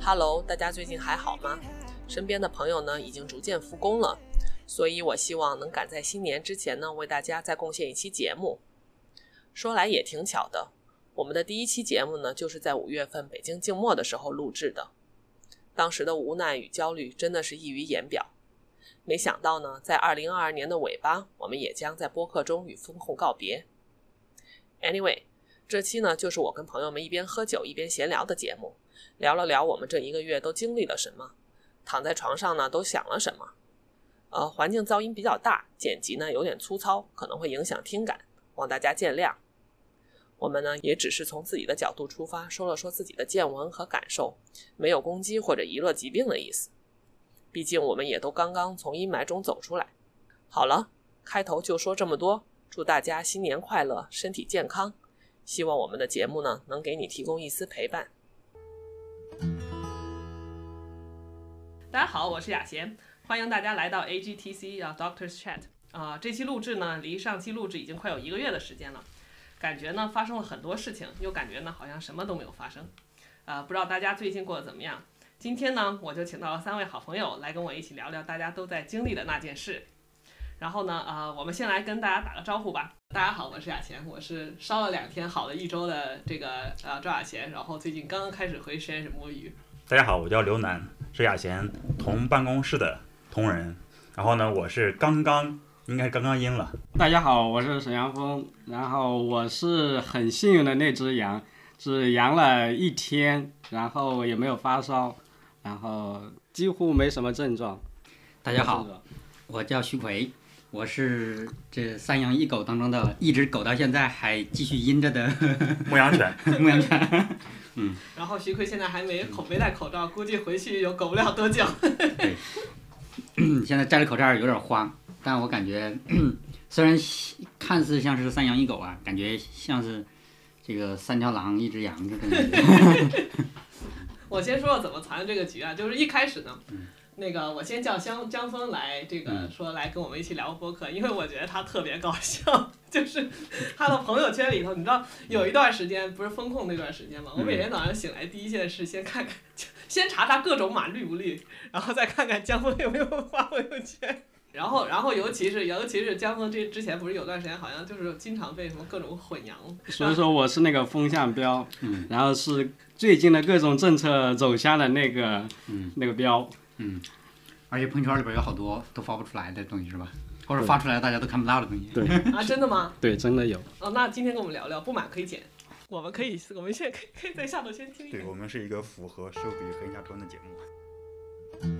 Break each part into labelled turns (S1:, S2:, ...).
S1: Hello，大家最近还好吗？身边的朋友呢已经逐渐复工了，所以我希望能赶在新年之前呢为大家再贡献一期节目。说来也挺巧的，我们的第一期节目呢就是在五月份北京静默的时候录制的，当时的无奈与焦虑真的是溢于言表。没想到呢，在二零二二年的尾巴，我们也将在播客中与风控告别。Anyway，这期呢就是我跟朋友们一边喝酒一边闲聊的节目，聊了聊我们这一个月都经历了什么，躺在床上呢都想了什么。呃，环境噪音比较大，剪辑呢有点粗糙，可能会影响听感，望大家见谅。我们呢也只是从自己的角度出发，说了说自己的见闻和感受，没有攻击或者遗落疾病的意思。毕竟我们也都刚刚从阴霾中走出来。好了，开头就说这么多，祝大家新年快乐，身体健康。希望我们的节目呢，能给你提供一丝陪伴。大家好，我是雅贤，欢迎大家来到 AGTC 啊 Doctors Chat 啊、这期录制呢，离上期录制已经快有一个月的时间了，感觉呢发生了很多事情，又感觉呢好像什么都没有发生。啊、不知道大家最近过得怎么样？今天呢，我就请到了三位好朋友来跟我一起聊聊大家都在经历的那件事。然后呢，呃，我们先来跟大家打个招呼吧。大家好，我是雅贤，我是烧了两天好了一周的这个呃赵雅贤，然后最近刚刚开始回实验室摸鱼。
S2: 大家好，我叫刘楠，是雅贤同办公室的同仁。然后呢，我是刚刚应该刚刚阴了，
S3: 大家好，我是沈阳峰，然后我是很幸运的那只羊，只阳了一天，然后也没有发烧，然后几乎没什么症状。
S4: 大家好
S3: 没有，症
S4: 我叫徐奎，我是这三羊一狗当中的一只狗，到现在还继续阴着的
S2: 牧羊犬。
S4: 牧羊犬。
S1: 然后徐奎现在还没口没戴口罩，估计回去又苟不了多久。
S4: 现在摘了口罩有点慌，但我感觉 虽然看似像是三羊一狗啊，感觉像是这个三条狼一只羊这种感觉。
S1: 我先说说怎么攒这个局啊，就是一开始呢，那个我先叫江江峰来这个
S4: 嗯
S1: 说来跟我们一起聊播客，因为我觉得他特别搞笑， 就是他的朋友圈里头，你知道有一段时间不是风控那段时间嘛，我每天早上醒来第一件事先看 看，先查查各种码绿不绿，然后再看看江峰有没有发朋友圈。然后，然后尤其是尤其是江峰这之前不是有段时间好像就是经常被什么各种混淆，
S3: 所以说我是那个风向标，
S4: 嗯
S3: 然后是最近的各种政策走向的那个、
S4: 嗯
S3: 那个标。
S4: 而且朋友圈里边有好多都发不出来的东西是吧？或者发出来大家都看不到的东西。
S1: 啊，真的吗？
S3: 对，真的有。
S1: 哦，那今天跟我们聊聊，不满可以减，我们可以，我们现在可以可以在下头先听一
S2: 对
S1: 听。
S2: 我们是一个符合社会主义黑下专的节目。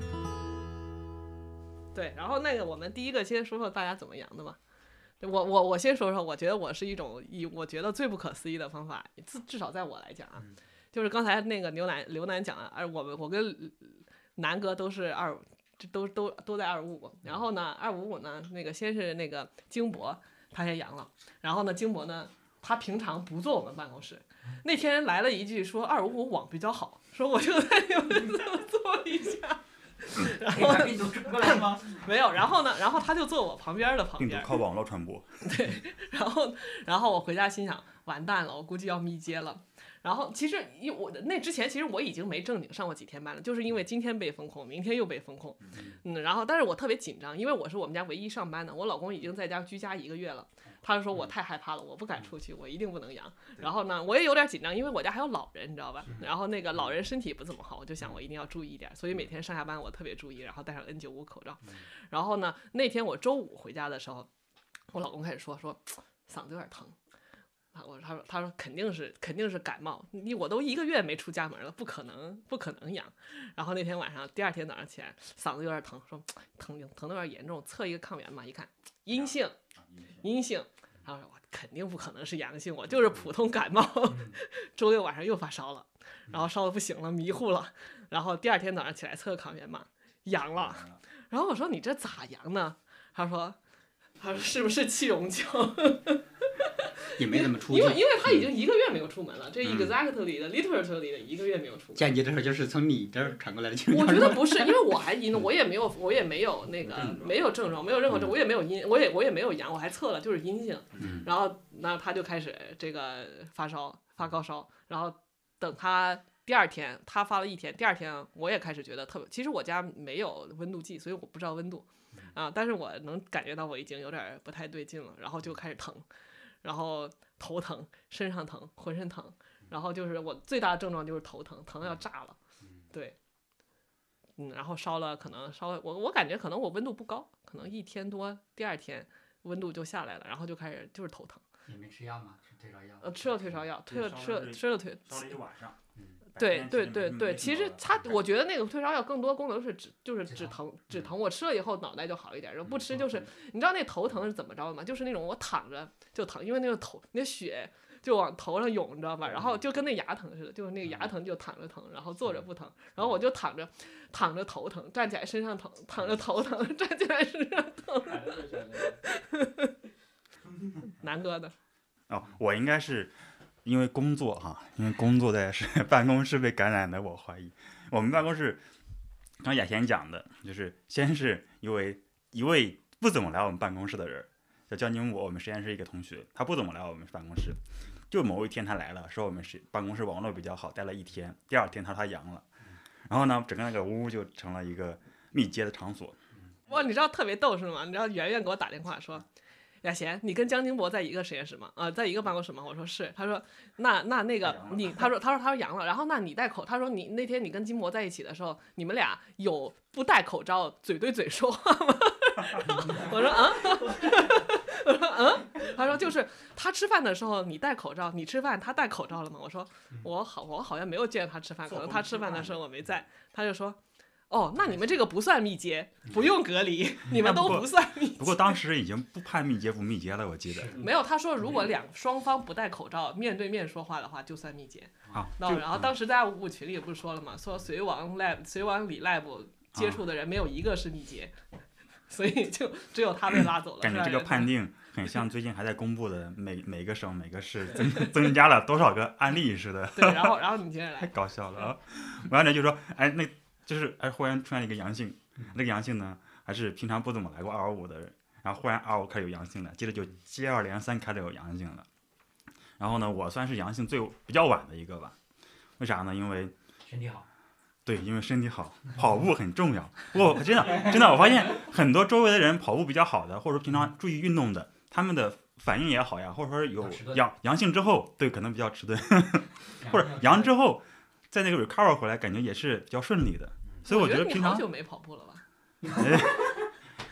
S1: 对，然后那个我们第一个先说说大家怎么阳的嘛。对我我我先说说，我觉得我是一种以我觉得最不可思议的方法，至至少在我来讲啊，
S2: 嗯
S1: 就是刚才那个牛奶刘楠讲了，而我们我跟南哥都是二，这都都都在二五五，然后呢二五五呢那个先是那个金博他先阳了，然后呢金博呢他平常不坐我们办公室，那天来了一句说二五五网比较好，说我就在你们这儿坐一 下，然后
S4: 你都过来吗？
S1: 没有，然后呢，然后他就坐我旁边的旁
S2: 病毒
S1: 边，
S2: 靠网络传播，
S1: 然后然后我回家心想，完蛋了，我估计要密接了。然后其实因我那之前其实我已经没正经上过几天班了，就是因为今天被封控，明天又被封控，嗯，然后但是我特别紧张，因为我是我们家唯一上班的，我老公已经在家居家一个月了，他说我太害怕了，我不敢出去，我一定不能阳。然后呢，我也有点紧张，因为我家还有老人，你知道吧？然后那个老人身体不怎么好，我就想我一定要注意一点，所以每天上下班我特别注意，然后戴上 N95 口罩。然后呢，那天我周五回家的时候，我老公开始说说嗓子有点疼。啊，我说他说他说肯定是肯定是感冒，你我都一个月没出家门了，不可能不可能阳。然后那天晚上，第二天早上起来嗓子有点疼，说疼疼的有点严重，测一个抗原吧，一看阴性，阴性。然后说我肯定不可能是阳性，我就是普通感冒。 周六晚上又发烧了，然后烧的不行了，迷糊了。然后第二天早上起来测个抗原嘛，阳了。
S2: 啊
S1: 然后我说你这咋阳呢？他说他说是不是气溶胶？
S4: 也没怎么出
S1: 因为因
S4: 去。
S1: 为他已经一个月没有出门了，这 exactly 的 literally 的一个月没有出门。
S4: 间接的时候就是从你这儿传过来的，
S1: 我觉得不是，因为我还 阴了，我也没有，我也没有那个嗯没有症状，嗯没有任何症，我也没有阴，我也我也没有阳，我还测了，就是阴性。然后那他就开始这个发烧，发高烧，然后等他第二天他发了一天，第二天我也开始觉得特别。其实我家没有温度计，所以我不知道温度啊，但是我能感觉到我已经有点儿不太对劲了，然后就开始疼，然后头疼、身上疼、浑身疼，然后就是我最大的症状就是头疼，疼得要炸了，对，嗯，然后烧了可能稍微我我感觉可能我温度不高，可能一天多，第二天温度就下来了，然后就开始就是头疼，
S4: 你没吃药吗？吃退烧药？
S1: 呃，吃了退烧药，退了
S2: 对
S1: 吃
S2: 烧
S1: 了
S2: 了
S1: 吃了退
S2: 烧了一晚上。嗯
S1: 对对对对，其实它，我觉得那个退烧药更多功能是止，就是
S4: 止
S1: 止
S4: 疼
S1: 疼止疼。我吃了以后脑袋就好一点，然后不吃就是
S4: 嗯
S1: 你知道那头疼是怎么着的吗？就是那种我躺着就疼，因为那个头那血就往头上涌，你知道吧？然后就跟那牙疼似的，就是那个牙疼就躺着疼，然后坐着不疼，然后我就躺着躺着头疼，站起来身上疼，躺着头疼， 站起来身上。南哥的，
S2: 哦，我应该是因为工作哈、因为工作在是 办公室被感染的，我怀疑。我们办公室刚雅贤讲的，就是先是一位一位不怎么来我们办公室的人，叫江金武，我们实验室一个同学，他不怎么来我们办公室。就某一天他来了，说我们是办公室网络比较好，待了一天。第二天他说他阳了，然后呢，整个那个屋就成了一个密接的场所。
S1: 哇，你知道特别逗是吗？你知道圆圆给我打电话说，雅贤，你跟江金博在一个实验室吗？啊、在一个办公室吗？我说是。他说那那那个
S2: 阳
S1: 你，他说他说他说阳了，然后那你戴口，他说你那天你跟金博在一起的时候，你们俩有不戴口罩嘴对嘴说话吗？ 我说嗯。 我说嗯，他说就是他吃饭的时候你戴口罩，你吃饭他戴口罩了吗？我说我好我好像没有见他吃饭，可能他嗯吃饭的时嗯候我没在。他就说哦，那你们这个不算密接，不用隔离，你们都不算密接。
S2: 不过当时已经不判密接不密接了，我记得
S1: 没有，他
S2: 嗯
S1: 说如果两双方不戴口罩，面对面说话的话，就算密接。
S2: 啊，
S1: 那
S2: 就
S1: 然后当时在五五群里不是说了嘛，说隋王 lab、隋王李 lab
S2: 啊
S1: 接触的人没有一个是密接，所以就只有他被拉走了。
S2: 感觉这个
S1: 是吧
S2: 判定很像最近还在公布的每每个省每个 市增增加了多少个案例似的，
S1: 对，然后然后你接着
S2: 太
S1: 来，
S2: 搞笑了 啊！完了就说，哎，那就是哎，忽然出现了一个阳性，
S1: 嗯
S2: 那个阳性呢，还是平常不怎么来过二五的人，然后忽然二五开始有阳性了，接着就接二连三开始有阳性了。然后呢，我算是阳性最比较晚的一个吧，为啥呢？因为
S4: 身体好，
S2: 对，因为身体好，跑步很重要。我真的真的，我发现很多周围的人跑步比较好的，或者说平常注意运动的，他们的反应也好呀，或者说有
S4: 比较迟钝
S2: 阳阳性之后，对，可能比较迟钝，或者阳之后，在那个 recover 回来，感觉也是比较顺利的。所以嗯我
S1: 觉
S2: 觉得
S1: 你
S2: 平
S1: 好
S2: 常，
S1: 久没跑步了吧？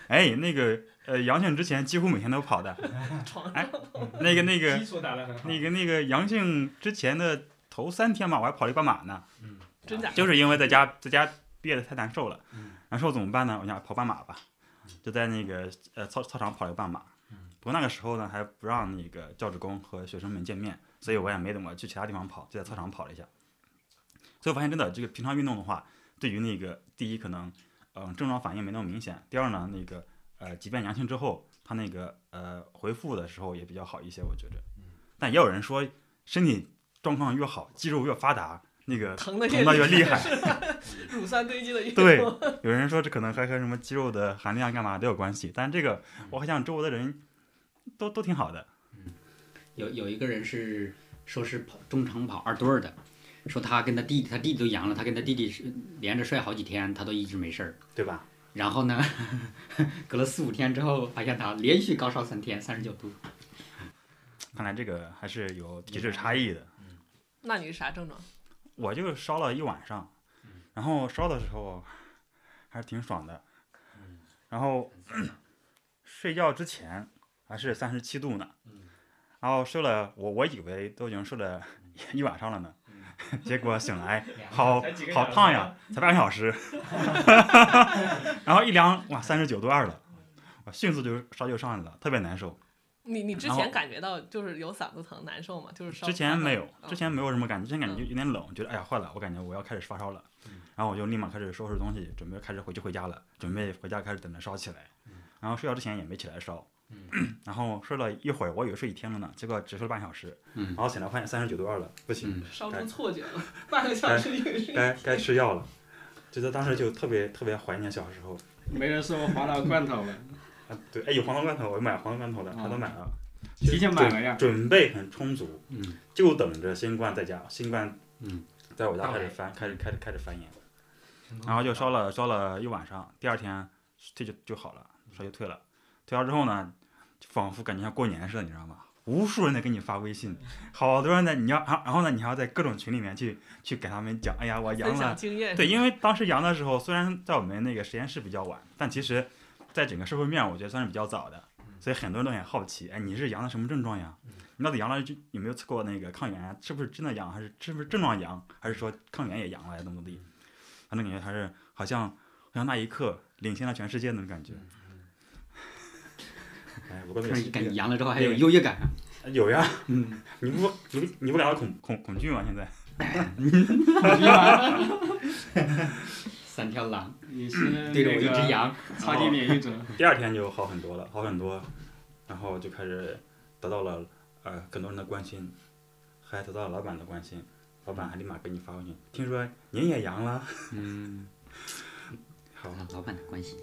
S2: 哎，那个呃，阳性之前几乎每天都 跑的，
S1: 床上
S2: 哎，那个那个
S3: 基础打得很好。
S2: 那个那个阳性之前的头三天嘛，我还跑了一半马呢。
S1: 真假？
S2: 就是因为在家在家憋得太难受了
S4: 嗯，
S2: 难受怎么办呢？我想跑半马吧，就在那个呃操操场跑了个半马
S4: 嗯。
S2: 不过那个时候呢，还不让那个教职工和学生们见面，所以我也没怎么去其他地方跑，就在操场跑了一下。所以我发现真的，这个平常运动的话，对于那个第一可能，嗯、症状反应没那么明显；第二呢，那个呃，即便阳性之后，他那个呃回复的时候也比较好一些，我觉着
S4: 嗯。
S2: 但也有人说，身体状况越好，肌肉越发达，那个
S1: 疼的
S2: 疼得越厉害，
S1: 乳酸堆积的越
S2: 对
S1: 多，
S2: 有人说这可能还和什么肌肉的含量干嘛都有关系，但这个我好像周围的人都都挺好的。
S4: 有有一个人是说是跑中长跑二队儿的，说他跟他弟弟，他弟弟都阳了，他跟他弟弟是连着摔好几天，他都一直没事儿。
S2: 对吧？
S4: 然后呢， 隔了四五天之后，发现他连续高烧三天，三十九度。
S2: 看来这个还是有体质差异的。
S1: 那你是啥症状？
S2: 我就烧了一晚上，然后烧的时候还是挺爽的，然后 睡觉之前还是三十七度呢，然后睡了我我以为都已经睡了一晚上了呢， 结果醒来好
S3: 才几个小
S2: 好
S3: 时啊
S2: 烫呀，才半个小 时， 然后一量哇三十九度二了，我迅速就烧就上来了，特别难受。
S1: 你你之
S2: 然后
S1: 前感觉到就是有嗓子疼难受吗？就是烧
S2: 之前没有，
S1: 嗯
S2: 之前没有什么感觉，之前感
S1: 嗯
S2: 觉就有点冷，觉得哎呀坏了，我感觉我要开始发烧了，
S3: 嗯
S2: 然后我就立马开始收拾东西，准备开始回去回家了，准备回家开始等着烧起来，
S3: 嗯
S2: 然后睡觉之前也没起来烧，然后睡了一会儿，我以为睡一天了呢，结果只睡了半小时，
S4: 嗯
S2: 然后醒来发现三十九度二了，不行，
S4: 嗯
S1: 烧出错觉了，半个小时以为是
S2: 该该吃药了，觉得当时就特别特别怀念小时候，
S3: 没人送我黄桃罐头了，
S2: 啊对，哎有黄桃罐头，我买黄桃罐头了，
S3: 哦
S2: 他都买了，
S3: 提前买了呀。
S2: 准备很充足，
S4: 嗯
S2: 就等着新冠在家，新冠
S4: 嗯
S2: 在我家开始
S4: 到
S2: 翻，开始开始开始翻眼，然
S5: 然后
S2: 后就
S5: 就烧
S2: 烧
S5: 了，
S2: 了烧了一晚上，第二天退就就好了，烧就退了。退烧之后呢，就仿佛感觉像过年似的，你知道吗？无数人在给你发微信，好多人在你要，然后然后呢，你还要在各种群里面去去给他们讲，哎呀，我阳
S1: 分
S2: 了
S1: 享，经验。
S2: 对，因为当时阳的时候，虽然在我们那个实验室比较晚，但其实，在整个社会面，我觉得算是比较早的，所以很多人都很好奇，哎，你是阳的什么症状呀？你到底阳了就有没有测过那个抗原啊？是不是真的阳，还是是不是症状阳，还是说抗原也阳了呀？怎么怎么地？反正感觉还是好像好像那一刻领先了全世界那种感觉。嗯 哎，我跟
S4: 突然感觉
S2: 你
S4: 阳了之后还有优越感。啊
S2: 有呀，
S4: 嗯，
S2: 你不你不你不感到恐恐恐惧吗？现在？
S4: 三条狼
S3: 你是
S4: 对着我一
S3: 羊，
S4: 只羊，
S3: 超级免疫者，
S2: 第二天就好很多了，好很多，然后就开始得到了呃更多人的关心，还得到了老板的关心，老板还立马给你发微信，听说您也阳了，
S4: 嗯，
S2: 好，
S4: 啊老板的关系。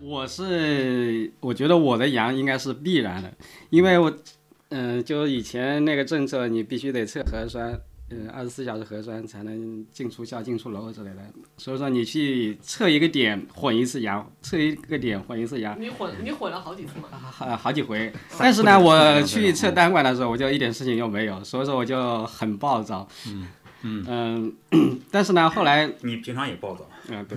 S3: 我是我觉得我的阳应该是必然的，因为我，嗯、就以前那个政策，你必须得测核酸，嗯、2二十四小时核酸才能进出校、进出楼之类的。所以说你去测一个点混一次阳，测一个点混一次阳，
S1: 你混你混了好几次嘛？
S3: 好、好几回。但是呢，我去测单管的时候，我就一点事情又没有，所以说我就很暴躁。嗯嗯 但是呢，后来
S2: 你平常也暴躁，
S3: 啊，对。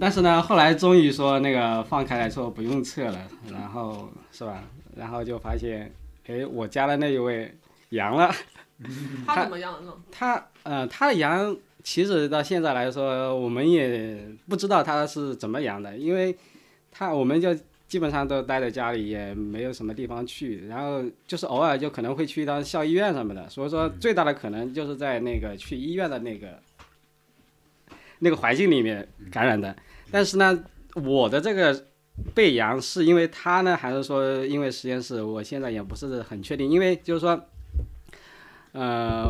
S3: 但是呢，后来终于说那个放开来说不用测了，然后是吧？然后就发现，哎，我家的那一位阳了，
S1: 他怎么样了呢？
S3: 他呃，他的阳其实到现在来说，我们也不知道他是怎么阳的，因为他我们就基本上都待在家里，也没有什么地方去，然后就是偶尔就可能会去到校医院什么的，所以说最大的可能就是在那个去医院的那个那个环境里面感染的。但是呢，我的这个被阳是因为他呢，还是说因为实验室？我现在也不是很确定，因为就是说。呃，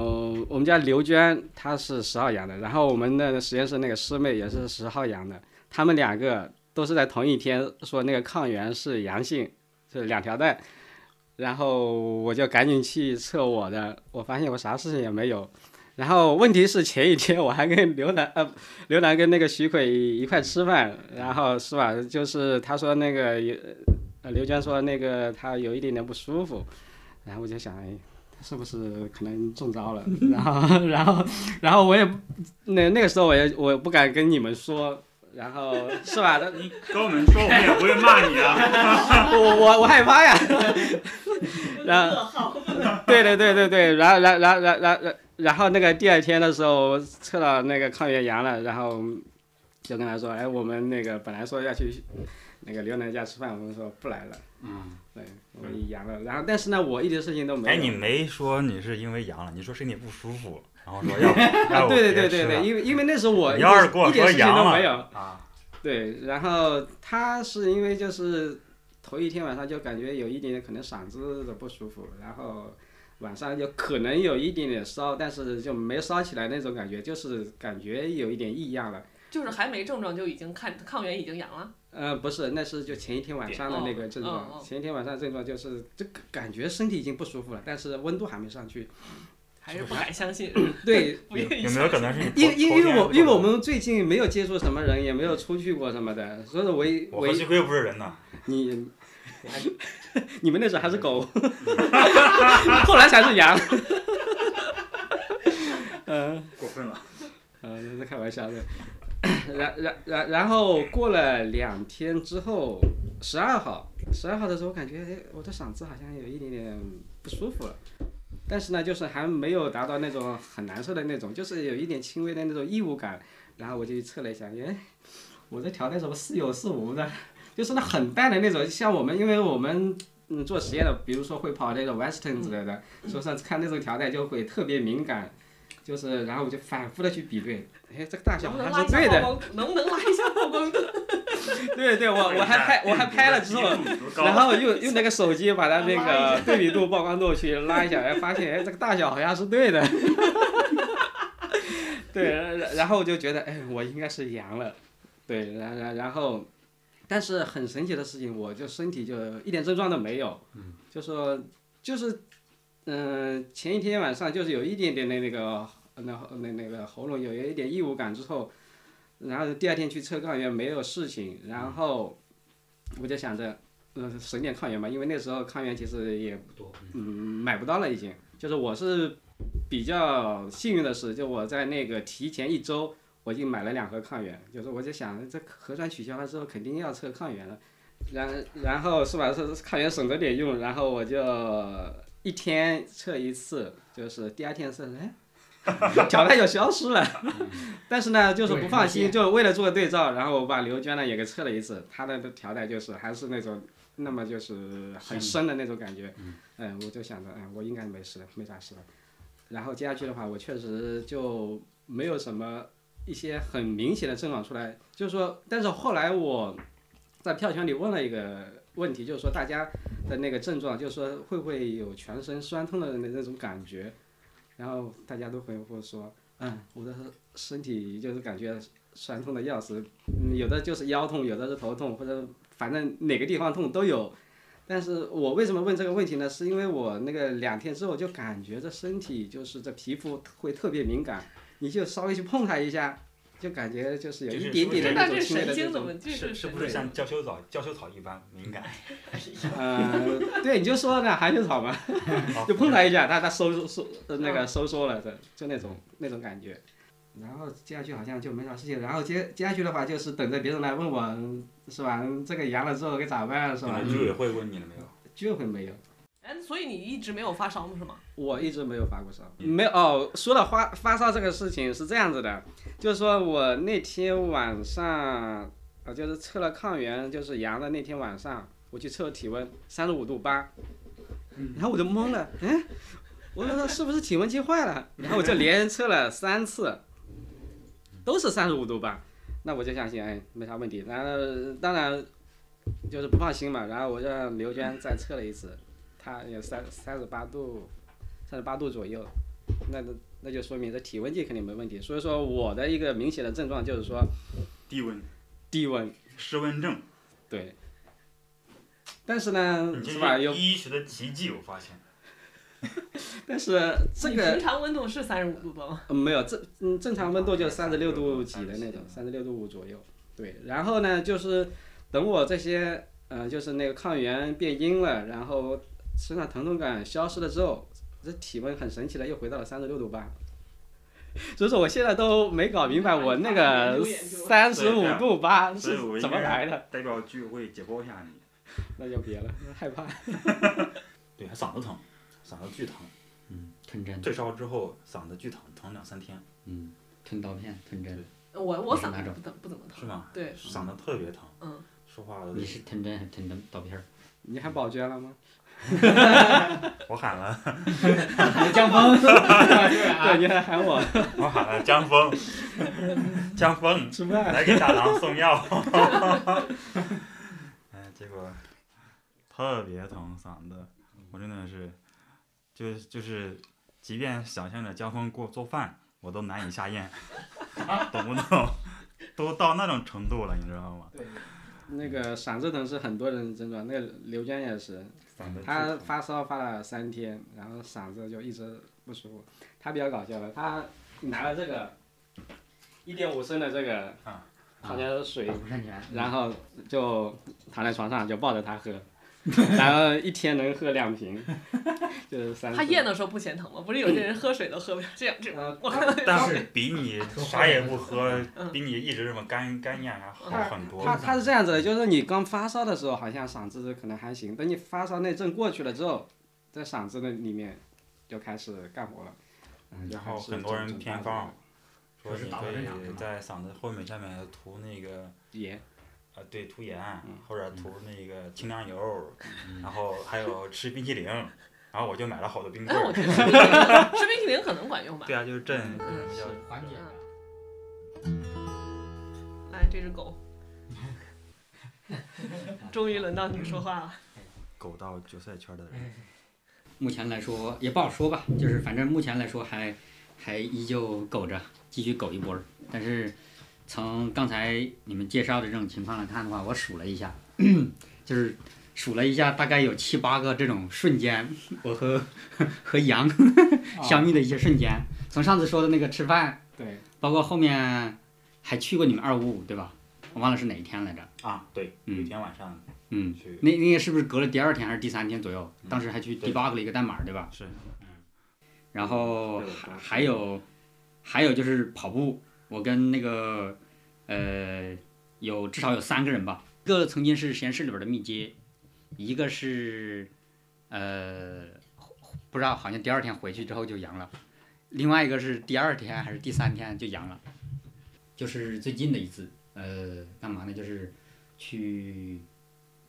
S3: 我们家刘娟她是十号阳的，然后我们的实验室那个师妹也是十号阳的，她们两个都是在同一天说那个抗原是阳性，是两条带，然后我就赶紧去测我的，我发现我啥事情也没有。然后问题是前一天我还跟刘楠呃刘楠跟那个徐奎一块吃饭，然后是吧？就是他说那个有呃刘娟说那个她有一点点不舒服，然后我就想哎是不是可能中招了？ 然后，然后，然后我也不那那个时候我也我不敢跟你们说，然后是吧？
S2: 你跟我们说，我们也不会骂你 啊。
S3: 我我我害怕呀。 然后，对对对对对，然后然然然然然然后那个第二天的时候我测到那个抗原阳了，然后就跟他说，哎，我们那个本来说要去那个刘楠家吃饭，我们说不来了，
S4: 嗯，
S3: 对，我们阳了。然后但是呢，我一点事情都没有。
S2: 哎，你没说你是因为阳了，你说身体不舒服，然 后说要要
S3: 啊，
S2: 我
S3: 对对
S2: 别
S3: 对
S2: 吃
S3: 对对，
S2: 了
S3: 因为因为那时候我
S2: 你要是
S3: 一点
S2: 跟我
S3: 一点
S2: 说
S3: 事情
S2: 阳
S3: 都
S2: 了
S3: 没有，
S2: 啊，
S3: 对，然后他是因为就是头一天晚上就感觉有一点点可能嗓子的不舒服，然后晚上就可能有一点点烧，但是就没烧起来那种感觉，就是感觉有一点异样了。
S1: 就是还没症状就已经看抗原已经阳了，
S3: 呃，不是，那是就前一天晚上的那个症状，
S1: 哦哦哦
S3: 前一天晚上症状就是这个感觉身体已经不舒服了，但是温度还没 上去。
S1: 还是不敢相信，
S3: 对，
S1: 不
S2: 有
S1: 愿意
S2: 有没有可能是你
S3: 因
S2: 头
S3: 因因为我因为我。
S2: 头天
S3: 们最近没有接触什么人，也没有出去过什么的，所以我一
S2: 我
S3: 我
S2: 和
S3: 一
S2: 徐辉不是人呐，
S3: 你 你们那时候还是狗，后来才是羊。嗯、
S2: 过分了。
S3: 呃，那是开玩笑的。 然然然然后过了两天之后，十二号，十二号的时候，我感觉哎，我的嗓子好像有一点点不舒服了，但是呢，就是还没有达到那种很难受的那种，就是有一点轻微的那种异物感。然后我就去测了一下，哎，我这调的什么似有似无的，就是那很淡的那种，像我们，因为我们。嗯，做实验的，比如说会跑那种 Western 之类的，所以说看那种调带就会特别敏感，就是然后我就反复的去比对，哎，这个大小
S1: 能不
S3: 好
S1: 能拉
S3: 像是
S1: 一下
S3: 对的，
S1: 曝光？能不能拉一 下曝光度？
S3: 对对，我我还拍 我还拍了之后，然后用用那个手机把它那个对比度、曝光度去拉一下，哎，发现哎这个大小好像是对的。 对，然然后我就觉得哎我应该是阳了，对，然然然后，但是很神奇的事情，我就身体就一点症状都没有，就说就是嗯、前一天晚上就是有一点点的那个那那那个喉咙有一点异物感之后，然后第二天去测抗原没有事情，然后我就想着，嗯、省点抗原吧，因为那时候抗原其实也
S4: 不多，
S3: 嗯买不到了已经。就是我是比较幸运的是，就我在那个提前一周我已经买了两盒抗原，就是我就想这核酸取消了之后肯定要测抗原了，然然后是吧？是抗原省着点用，然后我就一天测一次，就是第二天测，哎， 条带就消失了。 但是呢，就是不放心，就为了做对照，然后我把刘娟呢也给测了一次，她的条带就是还是那种，那么就是很深的那种感觉。嗯，我就想着，哎，我应该没事的，没啥事的。然后接下去的话，我确实就没有什么一些很明显的症状出来，就是说，但是后来我在票圈里问了一个问题，就是说大家的那个症状，就是说会不会有全身酸痛的那那种感觉？然后大家都回复说，嗯，我的身体就是感觉酸痛的要死，嗯，有的就是腰痛，有的是头痛，或者反正哪个地方痛都有。但是我为什么问这个问题呢？是因为我那个两天之后就感觉这身体就是这皮肤会特别敏感，你就稍微去碰它一下，就感觉就是有
S2: 就是
S3: 一点点的
S2: 对
S1: 那
S3: 那
S1: 这
S3: 种
S1: 是
S3: 轻
S1: 神
S3: 微的
S1: 经
S3: 这
S1: 怎
S3: 种
S1: 么？这
S2: 是是
S1: 神
S2: 不是
S1: 经
S2: 像胶修草胶修草一般敏感？
S3: 呃，对，你就说那含羞草嘛，就碰它一下，它它收缩收呃那个收缩了，对，就那种那种感觉。然后接下去好像就没啥事情，然后接接下去的话就是等着别人来问我，嗯是吧？这个阳了之后该咋办，是吧？
S2: 居委会问你了没有？
S3: 就会没有。
S1: 哎，所以你一直没有发烧吗？是吗？
S3: 我一直没有发过烧，没有哦。说到发发烧这个事情是这样子的，就是说我那天晚上，呃，就是测了抗原，就是阳的那天晚上，我去测体温三十五度八，然后我就懵了，哎，我说是不是体温计坏了？然后我就连测了三次，都是三十五度八，那我就相信哎没啥问题。然后当然就是不放心嘛，然后我让刘娟再测了一次，她也三三十八度。三十八度左右，那那就说明这体温计肯定没问题。所以说我的一个明显的症状就是说
S2: 低温、
S3: 低温，
S2: 失温症，
S3: 对。但是呢，
S2: 你这
S3: 是吧？
S2: 嗯是
S3: 有，
S2: 医学的奇迹，我发现。
S3: 但是这
S1: 你
S3: 个
S1: 平常温度是三十五度多吗？
S3: 呃没有正嗯正常温度
S2: 哦
S3: 就三十六度几的那种，三十六度五左右。对，然后呢，就是等我这些呃，就是那个抗原变阴了，然后身上疼痛感消失了之后，这体温很神奇的又回到了三十六度八。 所以说我现在都没搞明白我那个三十五度八
S2: 啊所
S3: 是
S2: 以我应
S3: 怎么来的，
S2: 该代表居委会解剖一下你。
S3: 那就别了，害怕。
S2: 对，他嗓子疼，嗓子巨疼，
S4: 嗯吞针，
S2: 退烧之后嗓子巨疼，疼两三天，
S4: 嗯，吞刀片，吞针，
S1: 我我
S4: 你是
S1: 嗓
S4: 哪
S1: 子
S4: 种
S1: 不怎不怎么疼。
S2: 是吗？
S1: 对，
S2: 嗓子特别疼，
S1: 嗯，
S2: 说话
S4: 你是吞针还是吞刀刀片儿？
S3: 你还保捐 了吗？
S2: 我喊了，
S4: 江峰，
S2: 啊
S3: 对，你还喊我
S2: 我喊了江峰， 江峰
S3: 吃饭。
S2: 来给大郎送药。哎，结果特别疼嗓子，我真的是，就就是，即便想象着江峰给我做饭，我都难以下咽，懂不懂？都到那种程度了，你知道吗？
S3: 那个嗓子疼是很多人的症状，那个刘娟也是，
S2: 嗓子巨
S3: 他
S2: 疼。
S3: 发烧发了三天，然后嗓子就一直不舒服。他比较搞笑了，他拿了这个一点五升的这个
S2: 啊
S3: 矿泉水，
S4: 不山泉，
S3: 然后就躺在床上就抱着他喝，然后一天能喝两瓶， 就是三。
S1: 他咽的时候不嫌疼吗？不是有些人喝水都喝不了，这样这样。
S3: 呃
S1: 我看到
S2: 但是比你啥也不喝
S1: 嗯，
S2: 比你一直这么干干咽还好很多。
S3: 他他是这样子的，就是你刚发烧的时候，好像嗓子可能还行，等你发烧那阵过去了之后，在嗓子那里面就开始干活了。嗯，
S2: 然后很多人偏方，说你可
S4: 就是打针
S2: 以
S4: 嘛
S2: 在嗓子后面下面涂那个
S3: 盐，
S2: 呃，对，涂盐或者涂那个清凉油，然后还有吃冰淇淋，然后我就买了好多冰棍
S1: 哎，我
S2: 儿。
S1: 觉得吃冰淇
S2: 呃
S1: 淋，吃冰淇淋可能管用吧。
S2: 对啊，就是镇，
S1: 嗯
S2: 就是
S4: 缓解
S1: 的来，这只狗，终于轮到你说话了。
S2: 狗到决赛圈的人，
S4: 目前来说也不好说吧，就是反正目前来说还还依旧苟着，继续苟一波儿。但是 从刚才你们介绍的这种情况来看的话，我数了一下，就是数了一下，大概有七八个这种瞬间，我和和羊
S3: 啊
S4: 相遇的一些瞬间。从上次说的那个吃饭，
S3: 对，
S4: 包括后面还去过你们二五五对吧？我忘了是哪一天来着。
S2: 啊，对，有一天晚上
S4: 嗯，
S2: 去，
S4: 那那个是不是隔了第二天还是第三天左右？当时还去
S2: 嗯对
S4: debug 了一个代码对吧？
S2: 是
S4: 然后
S2: 对
S4: 还
S2: 我
S4: 还有还有就是跑步，我跟那个呃有至少有三个人吧，一个曾经是实验室里边的密接，一个是呃不知道好像第二天回去之后就阳了，另外一个是第二天还是第三天就阳了，就是最近的一次，呃干嘛呢？就是去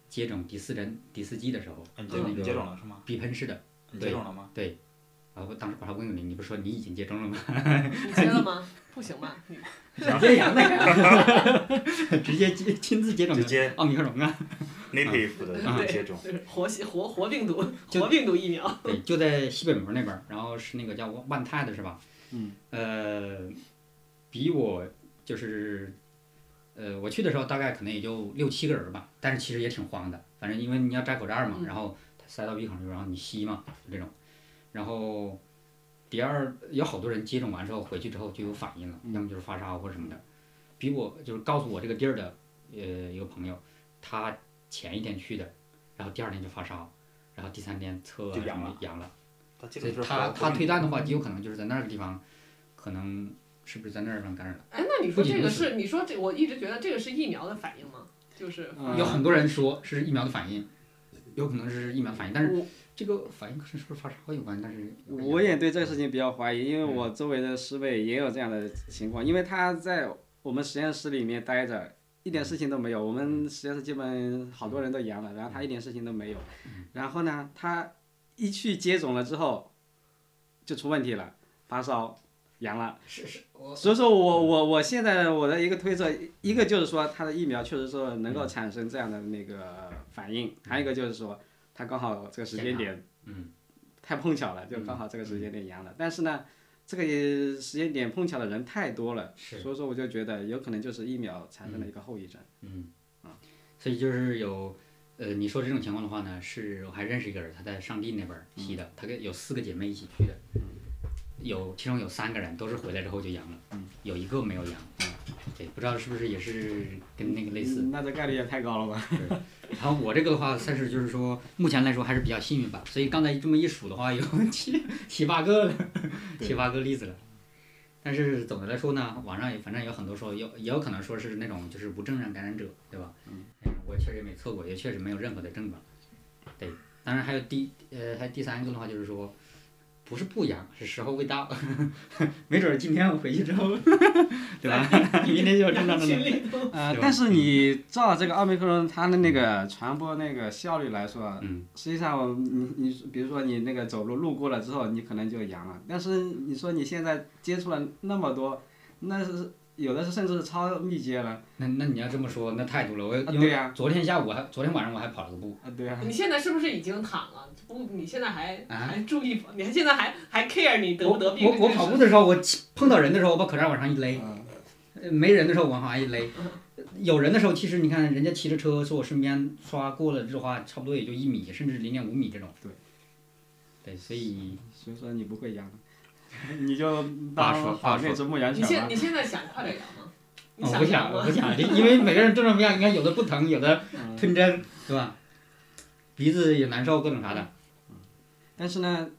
S4: 接种第四针第四剂的时候，
S2: 哎你
S4: 就
S2: 接种
S4: 那
S2: 你接种
S4: 个
S2: 了是吗？
S4: 鼻喷式的。
S2: 你
S4: 对
S2: 接种了吗？
S4: 然后当时把他问你，你不是说你已经接种 了吗？
S1: 你接了吗？不行吧？你
S4: 直接阳的， 直接接亲自接种
S2: 直接
S4: 奥密克戎啊！
S2: native 的
S1: 对
S2: 啊接种，
S1: 就是活细活活病毒，
S4: 就
S1: 活病毒疫苗。
S4: 对，就在西北门那边儿，然后是那个叫万万泰的是吧？
S3: 嗯。
S4: 呃，比我就是，呃，我去的时候大概可能也就六七个人吧，但是其实也挺慌的，反正因为你要摘口罩嘛，
S1: 嗯
S4: 然后塞到鼻孔里，然后你吸嘛，就这种。然后第二有好多人接种完之后回去之后就有反应了，
S3: 嗯
S4: 要么就是发烧或者什么的。比我就是告诉我这个地儿的呃一个朋友，他前一天去的，然后第二天就发烧，然后第三天测啊
S2: 就阳
S4: 什么
S2: 了
S4: 阳了。
S2: 他接
S4: 所
S2: 种之
S4: 以
S2: 后
S4: 他他推断的
S3: 嗯
S4: 话，极有可能就是在那个地方，可能是不是在那儿让感染了？
S1: 哎，那你说
S4: 不仅
S1: 这个
S4: 如此
S1: 是你说这，我一直觉得这个是疫苗的反应吗？就是啊
S3: 嗯
S4: 有很多人说是疫苗的反应，有可能是疫苗反应，但是
S1: 我
S4: 这个反应是是不是发烧有关？但是
S3: 我也对这个事情比较怀疑，因为我周围的师妹也有这样的情况，因为她在我们实验室里面待着，一点事情都没有。我们实验室基本好多人都阳了，然后她一点事情都没有。
S4: 嗯
S3: 然后呢，她一去接种了之后，就出问题了，发烧，阳了。
S4: 是是我
S3: 所以说我我我现在我的一个推测，一个就是说它的疫苗确实说能够产生这样的那个反应，还有一个就是说它刚好这个时间点，
S4: 嗯，
S3: 太碰巧了，就刚好这个时间点阳了。但是呢，这个也时间点碰巧的人太多了，
S4: 是
S3: 所以说我就觉得有可能就是疫苗产生了一个后遗症。
S4: 嗯啊，所以就是有呃，你说这种情况的话呢，是我还认识一个人，他在上地那边儿
S3: 嗯
S4: 吸的，他跟有四个姐妹一起去的，有其中有三个人都是回来之后就阳了，
S3: 嗯
S4: 有一个没有阳，对，不知道是不是也是跟那个类似。
S3: 嗯那这概率也太高了 吧？
S4: 然后我这个的话，算是就是说，目前来说还是比较幸运吧。所以刚才这么一数的话，有 七七八个了，七八个例子了。但是总的来说呢，网上也反正有很多说有，也有可能说是那种就是无症状感染者，对吧？嗯。我确实也没测过，也确实没有任何的症状。对，当然还有第呃，还有第三个的话就是说，不是不阳，是时候未到， 没准儿今天我回去之后， 对吧？ 明天就有症
S1: 羊
S4: 状了
S1: 群
S4: 呢。
S1: 里头，
S3: 呃
S4: 对，吧
S3: 但是你照这个奥密克戎它的那个传播那个效率来说，
S4: 嗯。
S3: 实际上我，你你比如说你那个走路路过了之后，你可能就阳了。但是你说你现在接触了那么多，那是有的是甚至是超密接了
S4: 那那你要这么说，那太多了。我
S3: 啊
S4: 因
S3: 对
S4: 为
S3: 呀
S4: 昨天下午还昨天晚上我还跑了个步，
S3: 啊！对啊，
S1: 你现在是不是已经躺了？不，你现在还
S4: 啊
S1: 还注意，你还现在还还 care 你得
S4: 我
S1: 不得病
S4: 我
S1: 这件事？
S4: 我跑步的时候，我碰到人的时候，我把口罩往上一勒；
S3: 嗯
S4: 呃没人的时候往上一勒。呃有人的时候，其实你看人家骑着车从我身边刷过了的话，差不多也就一米，甚至零点五米这种。
S3: 对，
S4: 对，所以
S3: 所以说你不会阳， 你就
S4: 话说
S3: 当
S4: 话
S3: 好
S4: 说
S3: 那只牧羊
S1: 你
S3: 犬
S1: 现
S3: 吧。
S1: 你现在想快点阳吗？你
S4: 哦我不想，啊
S1: 阳
S4: 我
S1: 吗
S4: 不？想，因为每个人症状不一样，你看有的不疼，有的
S3: 嗯
S4: 吞针，对吧？鼻子也难受，各种啥的。
S3: 但是呢，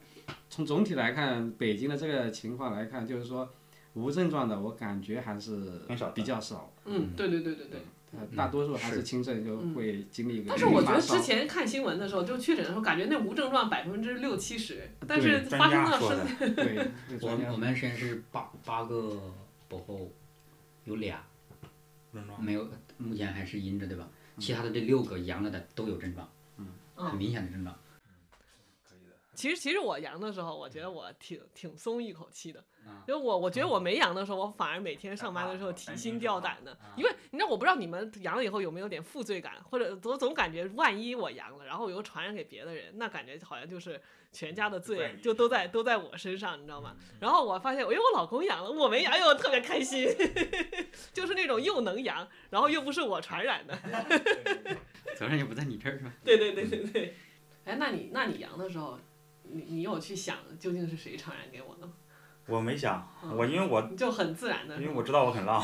S3: 从总体来看，北京的这个情况来看，就是说无症状的，我感觉还是
S2: 很少的嗯
S3: 比较少，
S1: 嗯，对对对对对。
S3: 呃大多数还
S2: 是
S3: 是轻症就会经
S2: 嗯
S3: 历一个
S1: 嗯但是我觉
S3: 发
S1: 得
S3: 烧
S1: 之前看新闻的时候，就确诊的时候，感觉那无症状百分之六七十，但是
S2: 专
S1: 发生
S2: 家
S1: 到
S2: 说
S1: 身
S2: 的
S1: 体，
S3: 对， 对
S4: 我
S3: 专家
S4: 我们实验室八八个博后，有俩
S2: 症
S1: 嗯
S2: 状，
S4: 没有，目前还是阴着，对吧？其他的这六个阳了的都有症状，很
S1: 嗯，
S4: 明显的症状。
S1: 其实其实我阳的时候，我觉得我挺挺松一口气的
S4: 啊，
S1: 因为我我觉
S2: 嗯
S1: 得我没阳的时候，我反而每天上班的时候提心吊胆的，
S2: 啊
S1: 因为你知道我不知道你们阳了以后有没有点负罪感，或者总总感觉万一我阳了，然后我又传染给别的人，那感觉好像就是全家的
S2: 怪
S1: 罪
S2: 你
S1: 就都在都在我身上，你知道吗？然后我发现，哎，我老公阳了，我没阳，哎呦，我特别开 心，就是那种又能阳，然后又不是我传染的。
S4: 责任也不在你这儿是吧？
S1: 对对对对对。哎，那你那你阳的时候，你你有去想究竟是谁传染给我的吗？
S2: 我没想，
S1: 嗯
S2: 我因为我
S1: 就很自然的
S2: 因为我知道我很浪，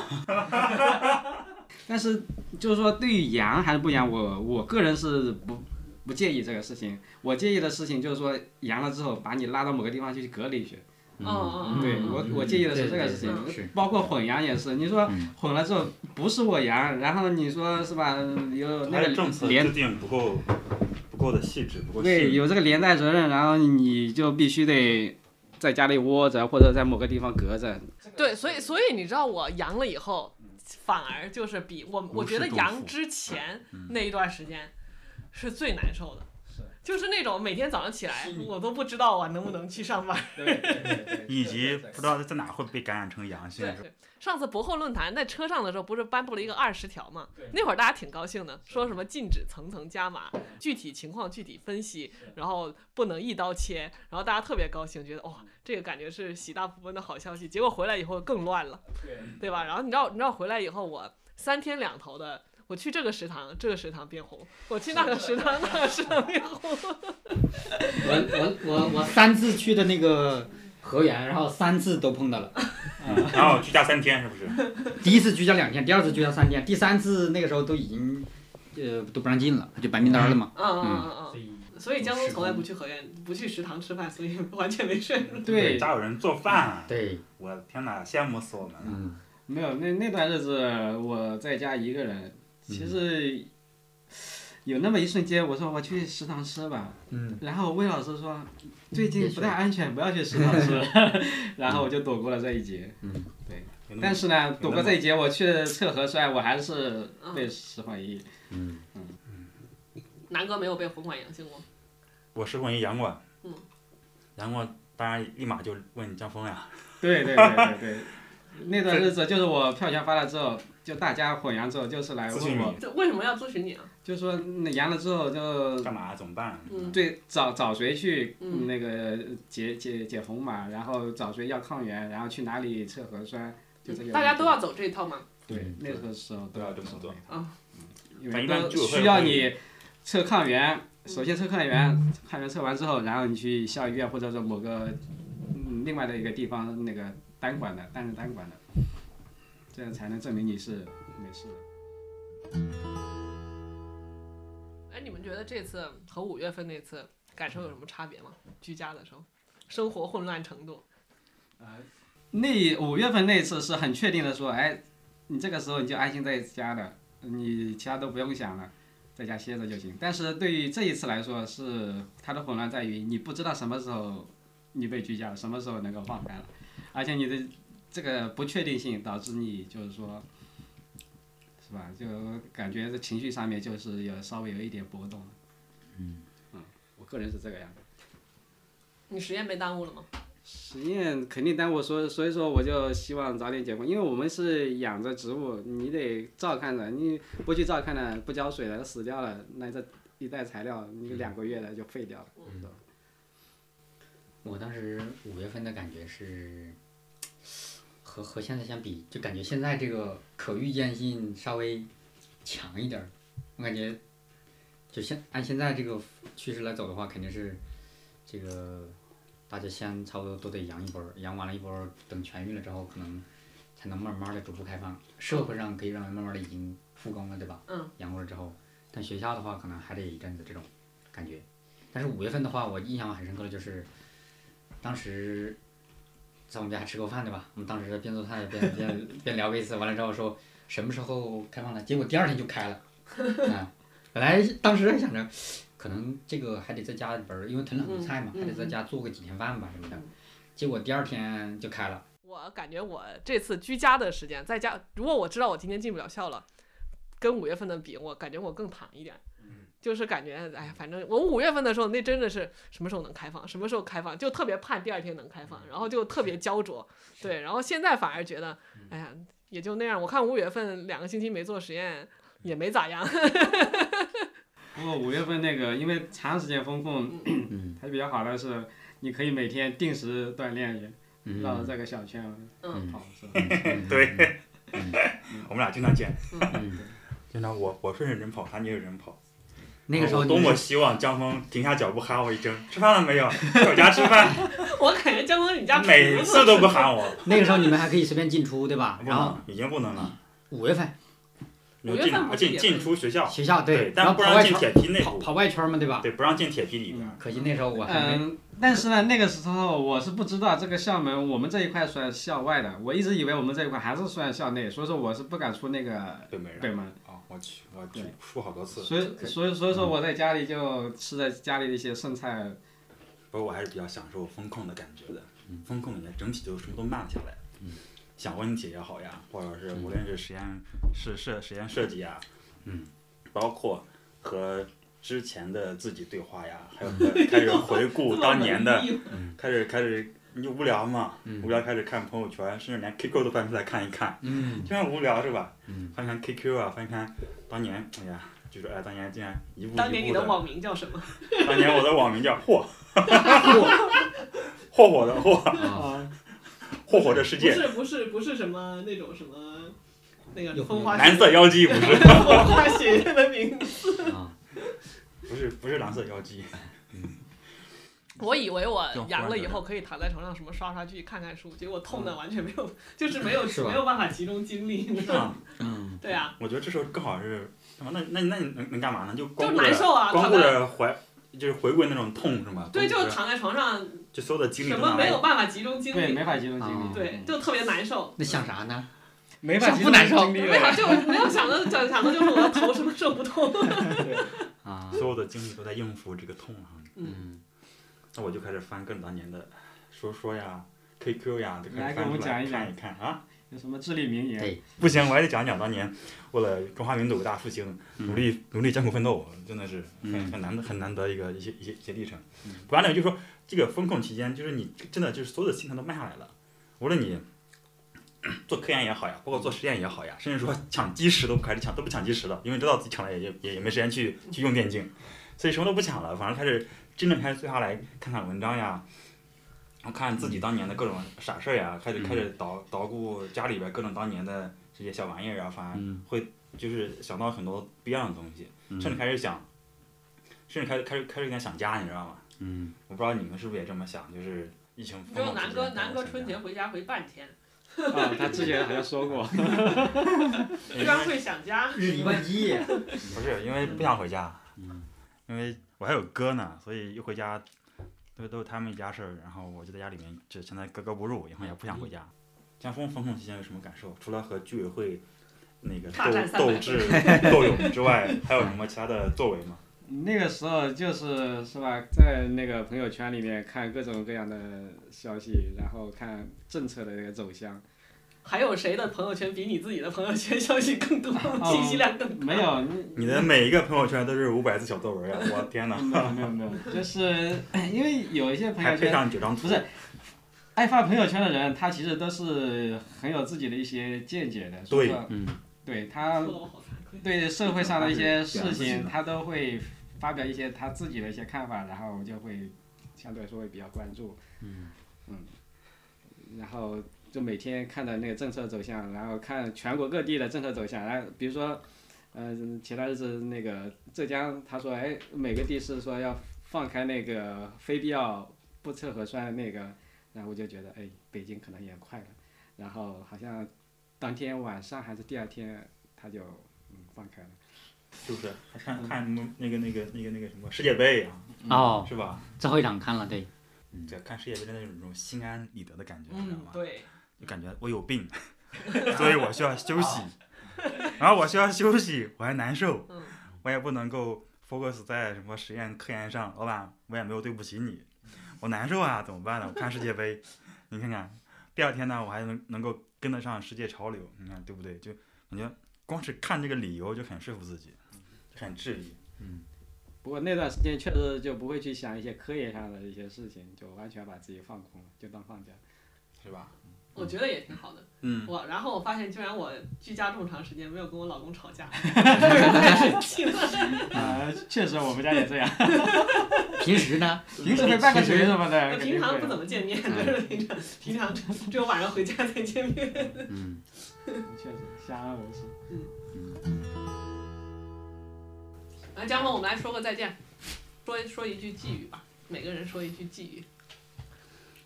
S3: 但是就是说，对于阳还是不阳，我我个人是不不介意这个事情。我介意的事情就是说，阳了之后把你拉到某个地方去隔离去。
S1: 嗯嗯嗯
S3: 对我我介意的是这个事
S4: 对对对
S3: 情
S4: 是，
S3: 包括混阳也是。你说
S4: 嗯
S3: 混了之后不是我阳，然后你说是吧？有那
S2: 还是
S3: 个
S2: 政策
S3: 连
S2: 制定不够不够的细致，不够细
S3: 对，
S2: 致。
S3: 有这个连带责任，然后你就必须得在家里窝着，或者在某个地方隔着。
S1: 对，所以所以你知道我阳了以后，反而就是比我我
S2: 如
S1: 觉得
S2: 释重
S1: 阳
S2: 负
S1: 之前那一段时间是最难受的，就是那种每天早上起来
S3: 是你
S1: 我都不知道我能不能去上班。
S2: 以及不知道在哪会被感染成阳性
S1: 对，，对上次博后论坛在车上的时候不是颁布了一个二十条嘛
S3: 对？
S1: 那会儿大家挺高兴的，说什么禁止层层加码，具体情况具体分析，然后不能一刀切，然后大家特别高兴，觉得哇、这个感觉是喜大普奔的好消息。结果回来以后更乱了。对吧？然后你知道，你知道回来以后，我三天两头的，我去这个食堂，这个食堂变红；我去那个食堂，那个食堂变红。
S4: 我我我我三次去的那个河源，然后三次都碰到了。
S2: 然后居家三天是不是？
S4: 第一次居家两天，第二次居家三天，第三次那个时候都已经，呃，都不让进了，就白名单了嘛。
S1: 嗯嗯嗯
S4: 所以
S1: 嗯。所以江东从来不去河源，不去食堂吃饭，所以完全没事。
S3: 对，
S2: 家有人做饭，啊
S4: 对，
S2: 我的天哪，羡慕死我们了。
S4: 嗯，
S3: 没有那那段日子我在家一个人，
S2: 嗯
S3: 其实有那么一瞬间，我说我去食堂吃吧，
S4: 嗯，
S3: 然后魏老师说最
S4: 也
S3: 近
S4: 是
S3: 不太安全，不要去食堂吃，然后我就躲过了这一劫。
S2: 有那么
S3: 但是呢，躲过这一劫，我去测核酸，我还是被十环一。
S1: 南哥没有被红管阳性过，
S2: 我是关于杨过，
S1: 嗯，
S2: 杨过当然立马就问江峰呀，
S3: 对对对对对，那段日子就是我票权发了之后，就大家混阳之后，就是
S4: 哎
S3: 来
S2: 咨
S3: 问
S2: 询
S3: 我，
S2: 你
S1: 这为什么要咨询你啊？
S3: 就说那阳了之后就
S2: 干嘛怎么办？
S1: 嗯
S3: 对找找谁去
S1: 嗯
S3: 那个解解解红码，然后找谁要抗原，然后去哪里测核酸，就这个
S1: 大家都要走这一套嘛。
S3: 对那个时候嗯
S2: 都要这么做
S1: 啊，
S3: 因
S2: 但
S3: 为
S2: 一般
S3: 都
S2: 居委会
S3: 需要
S2: 会
S3: 你测抗原，首先测抗原，抗原测完之后，然后你去校医院或者说某个嗯另外的一个地方那个单管的单人单管的，这样才能证明你是没事的。
S1: 哎，你们觉得这次和五月份那次感受有什么差别吗？居家的时候，生活混乱程度。
S3: 那五月份那次是很确定的说，哎，你这个时候你就安心在家了，你其他都不用想了，在家歇着就行。但是对于这一次来说是，它的混乱在于你不知道什么时候你被居家了，什么时候能够放开了，而且你的这个不确定性导致你就是说，是吧？就感觉这情绪上面就是有稍微有一点波动。嗯，我个人是这个样子。
S1: 你实验被耽误了吗？
S3: 实验肯定耽误，所以所以说我就希望早点结婚，因为我们是养着植物，你得照看着，你不去照看了，不浇水了，它死掉了，那这一袋材料，你两个月了就废掉了。
S4: 我当时五月份的感觉是，和和现在相比，就感觉现在这个可预见性稍微强一点儿。我感觉，就现按现在这个趋势来走的话，肯定是这个大家先差不多都得阳一波儿，阳完了一波儿，等痊愈了之后，可能才能慢慢的逐步开放。社会上可以让人慢慢的已经复工了，对吧？
S1: 嗯。
S4: 阳过了之后，但学校的话可能还得一阵子这种感觉。但是五月份的话，我印象很深刻的就是，当时在我们家吃过饭对吧？我们当时边做菜边边边聊过一次，完了之后说什么时候开放呢？结果第二天就 开了。嗯，本来当时还想着，可能这个还得在家里边儿，因为囤了很多菜嘛，
S1: 嗯嗯
S4: 还得在家做个几天饭吧什么的
S1: 嗯。
S4: 结果第二天就开了，
S1: 我感觉我这次居家的时间，在家，如果我知道我今天进不了校了，跟五月份的比，我感觉我更躺一点。
S3: 嗯
S1: 就是感觉，哎呀，反正我五月份的时候，那真的是什么时候能开放，什么时候开放，就特别盼第二天能开放，然后就特别焦灼。
S3: 嗯
S1: 对，然后现在反而觉得，哎呀，也就那样。我看五月份两个星期没做实
S3: 嗯
S1: 验，也没咋样。
S3: 不过五月份那个，因为长时间封 控，
S4: 嗯
S3: 它比较好的是，你可以每天定时锻炼，
S4: 嗯，
S3: 绕着这个小圈
S1: 嗯
S3: 跑，是吧？
S2: 对，我们俩经常见，
S4: 嗯
S2: 经常我我顺着人跑，他逆着人跑，
S4: 那个时候
S2: 我
S4: 就
S2: 多么
S4: 是
S2: 希望江峰停下脚步喊我一声：“吃饭了没有？在我家吃 饭。
S1: 我感觉江峰你”家
S2: 他每
S1: 厨子
S2: 次都不喊我，
S4: 那个时候你们还可以随便进出，对吧
S2: 不？
S4: 然后
S2: 能，已经不能了。
S4: 五月份
S1: 五
S2: 有
S1: 月
S2: 进
S1: 份不是
S2: 进
S1: 也
S2: 进
S1: 分
S2: 出学校，
S4: 学校
S2: 对，
S4: 然后
S2: 但不
S4: 跑
S2: 让
S4: 外
S2: 进
S4: 圈
S2: 铁皮内
S4: 跑嗯
S2: 部，
S4: 跑外圈嘛，对吧？
S2: 对，不让进铁皮里边。
S4: 可惜那时候我还没
S3: 嗯，但是呢，那个时候我是不知道这个校门，我们这一块算校外的，我一直以为我们这一块还是算校内，所以说我是不敢出那个
S2: 对，没人。
S3: 北门，
S2: 啊，我去，我
S3: 对
S2: 去出好多次，
S3: 所以所以所以说我在家里就吃的家里的一些剩菜，
S2: 不过我还是比较享受风控的感觉的。风控也整体就什么都慢了下来，想问题也好呀，或者是无论是实验是设实验设计呀，嗯，包括和之前的自己对话呀，还有和开始回顾当年的，开始开始你无聊嘛，无聊开始看朋友圈，甚至连 QQ 都翻出来看一看，
S4: 嗯，
S2: 非常无聊是吧？翻看 QQ 啊，翻看当年，哎呀，就是哎，当年竟然一步一步
S1: 当年你的网名叫什么？
S2: 当年我的网名叫霍，霍，霍霍的霍，
S4: 啊
S2: 霍霍这世
S1: 不
S2: 界，
S1: 是不是不是什么那种什么那个
S4: 有
S1: 风
S4: 有
S1: 花
S2: 蓝色妖姬不是，
S1: 风花雪月的名字。
S4: 啊，
S2: 不是不是蓝色妖姬，
S1: 我以为我
S2: 就忽然
S1: 阳了以
S2: 觉得
S1: 后可以躺在床上什么刷刷剧、看看书，结果痛的完全没有，就是没有
S4: 是吧
S1: 没有办法集中精力，你知
S2: 嗯是
S1: 道吗？
S2: 吧？
S4: 嗯，
S1: 对啊，
S2: 我觉得这时候更好是什么？那那那你能能干嘛呢？就
S1: 就
S2: 光顾
S1: 难
S2: 着
S1: 受啊，
S2: 光
S1: 躺
S2: 顾
S1: 在
S2: 着怀，就是回归那种痛是吗？
S1: 对，就
S2: 光顾
S1: 是
S2: 着
S1: 躺在床上，
S2: 就所有的精力
S1: 什
S2: 都
S1: 么
S2: 拿
S1: 没
S2: 来
S1: 有办法集中精
S3: 对，
S1: 力，
S3: 没法集中精力，嗯
S4: 啊
S2: 嗯
S1: 对，就特别难 受。
S4: 那想啥呢？
S3: 没法集
S4: 不
S3: 中
S4: 难受
S3: 精力
S1: 没
S3: 了
S1: 有，啊就没有想的想想的就是我的头什么时候不 痛。
S4: 啊，
S2: 所有的精力都在应付这个痛啊。
S4: 嗯，
S2: 那我就开始翻各种当年的说说呀、QQ 呀，就开
S3: 来
S2: 始
S3: 给我
S2: 翻
S3: 们
S2: 出来
S3: 讲一讲
S2: 看一看啊。
S3: 有什么至理名言？
S4: 对
S2: 不行，我还得讲讲当年为了中华民族伟大复兴，努力努力艰苦奋斗，真的是很很难得很难得一个一些一些一些历程。不然呢，就是说这个风控期间，就是你真的就是所有的心态都慢下来了，无论你做科研也好呀，包括做实验也好呀，甚至说抢基石都不开始抢，都不抢基石了，因为知道自己抢了也也也也没时间去去用电竞，所以什么都不抢了，反而开始真正开始坐下来看看文章呀。然后看自己当年的各种傻事儿呀，开始开始捣捣鼓家里边各种当年的这些小玩意儿啊，反而会就是想到很多不一样的东西，甚至开始想，甚至开始开始开始有点想家，你知道吗？嗯，我不知道你们是不是也这么想，就是疫情
S1: 你
S2: 封
S1: 知道
S2: 控期
S1: 南
S2: 间
S1: 哥
S2: 大家
S1: 南哥
S2: 想
S1: 春节
S2: 家
S1: 回家回半天，
S3: 啊，他之前好像说过，
S1: 居然会想家。
S4: 日理
S2: 嗯
S4: 万机，
S2: 不是因为不想回家，因为我还有哥呢，所以一回家都都是他们一家事儿，然后我就在家里面就现在格格不入，然后也不想回家。江峰风控期间有什么感受？除了和居委会那个
S1: 大战
S2: 斗斗
S1: 300
S2: 智斗勇之外，还有什么其他的作为吗？
S3: 那个时候就是是吧，在那个朋友圈里面看各种各样的消息，然后看政策的那个走向。
S1: 还有谁的朋友圈比你自己的朋友圈消息更多，
S3: 哦
S1: 信息量更大？
S3: 没有，你
S2: 你的每一个朋友圈都是五百字小作文呀！我 天哪，
S3: 没有没有没有，就是因为有一些朋
S2: 还
S3: 友
S2: 配
S3: 圈
S2: 上九张图，
S3: 不是爱发朋友圈的人，他其实都是很有自己的一些见解的，所以
S2: 对
S3: 说
S4: 嗯，
S3: 对
S1: 说
S3: 他
S1: 的我好惭愧。
S3: 对社会上的一些事
S2: 表达自己
S3: 情，
S2: 的
S3: 他都会发表一些他自己的一些看法，然后我就会相对来说会比较关注，嗯然后就每天看到那个政策走向，然后看全国各地的政策走向，然后比如说，呃，前段日子那个浙江，他说，哎，每个地市说要放开那个非必要不测核酸的那个，然后我就觉得，哎，北京可能也快了，然后好像当天晚上还是第二天，他就嗯放开了。
S2: 是不是？还
S1: 嗯
S2: 看看什么那个那个那个那个什么世界杯啊，
S4: 哦，
S2: 是吧？
S4: 最后一场看了，对，
S2: 对，看世界杯真的有一种心安理得的感觉，你知道
S1: 嗯
S2: 吗，？
S1: 对，
S2: 就感觉我有病， 所以我需要休息，然后我需要休息，我还难受
S1: 嗯，
S2: 我也不能够 focus 在什么实验科研上，老板，我也没有对不起你，我难受啊，怎么办呢？我看世界杯，你看看，第二天呢，我还能能够跟得上世界潮流，你看对不对？就感觉光是看这个理由就很说服自己，很质疑。
S3: 不过那段时间确实就不会去想一些科研上的一些事情，就完全把自己放空了，就当放假。
S2: 是吧？
S1: 我觉得也挺好的。
S2: 嗯，
S1: 我然后我发现，居然我居家这么长时间没有跟我老公吵 架，太生气了。
S3: 啊、确实我们家也这样，
S4: 平时呢，
S3: 平时会拌个嘴什么的，
S1: 我
S3: 肯定
S1: 平常不
S3: 会
S1: 怎么见面，就是
S2: 哎
S1: 平常平常只有晚上回家才见面。
S4: 嗯，
S3: 确实相安无事。
S1: 哎， 来，蒋总，我们来说个再见，说说一句寄语吧，每个人说一句寄语。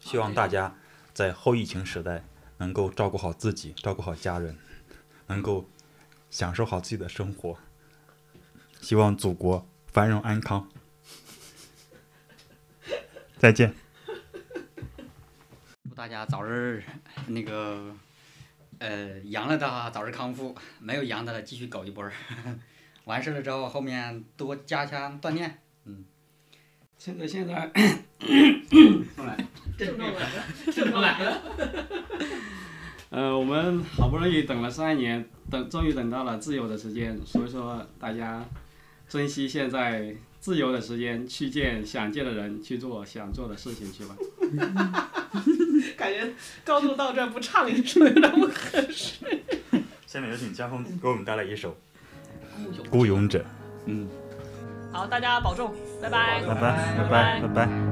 S2: 希望大家在后疫情时代能够照顾好自己，照顾好家人，能够享受好自己的生活。希望祖国繁荣安康。再见。
S4: 祝大家早日那个，呃，阳了的早日康复，没有阳的继续苟一波儿。 完事了之后，后面多加强锻炼。
S3: 趁着现在，
S1: 郑重来了，
S4: 郑重来
S1: 了。
S3: 呃，我们好不容易等了三年，等终于等到了自由的时间，所以说大家珍惜现在自由的时间，去见想见的人，去做想做的事情去吧。
S1: 感觉高度到这儿不唱一出有点 不合适。
S2: 下面有请江峰给我们带来一首
S4: 雇佣
S2: 《孤勇者》。
S1: 好，大家保重，拜拜。
S2: 拜拜拜拜拜拜。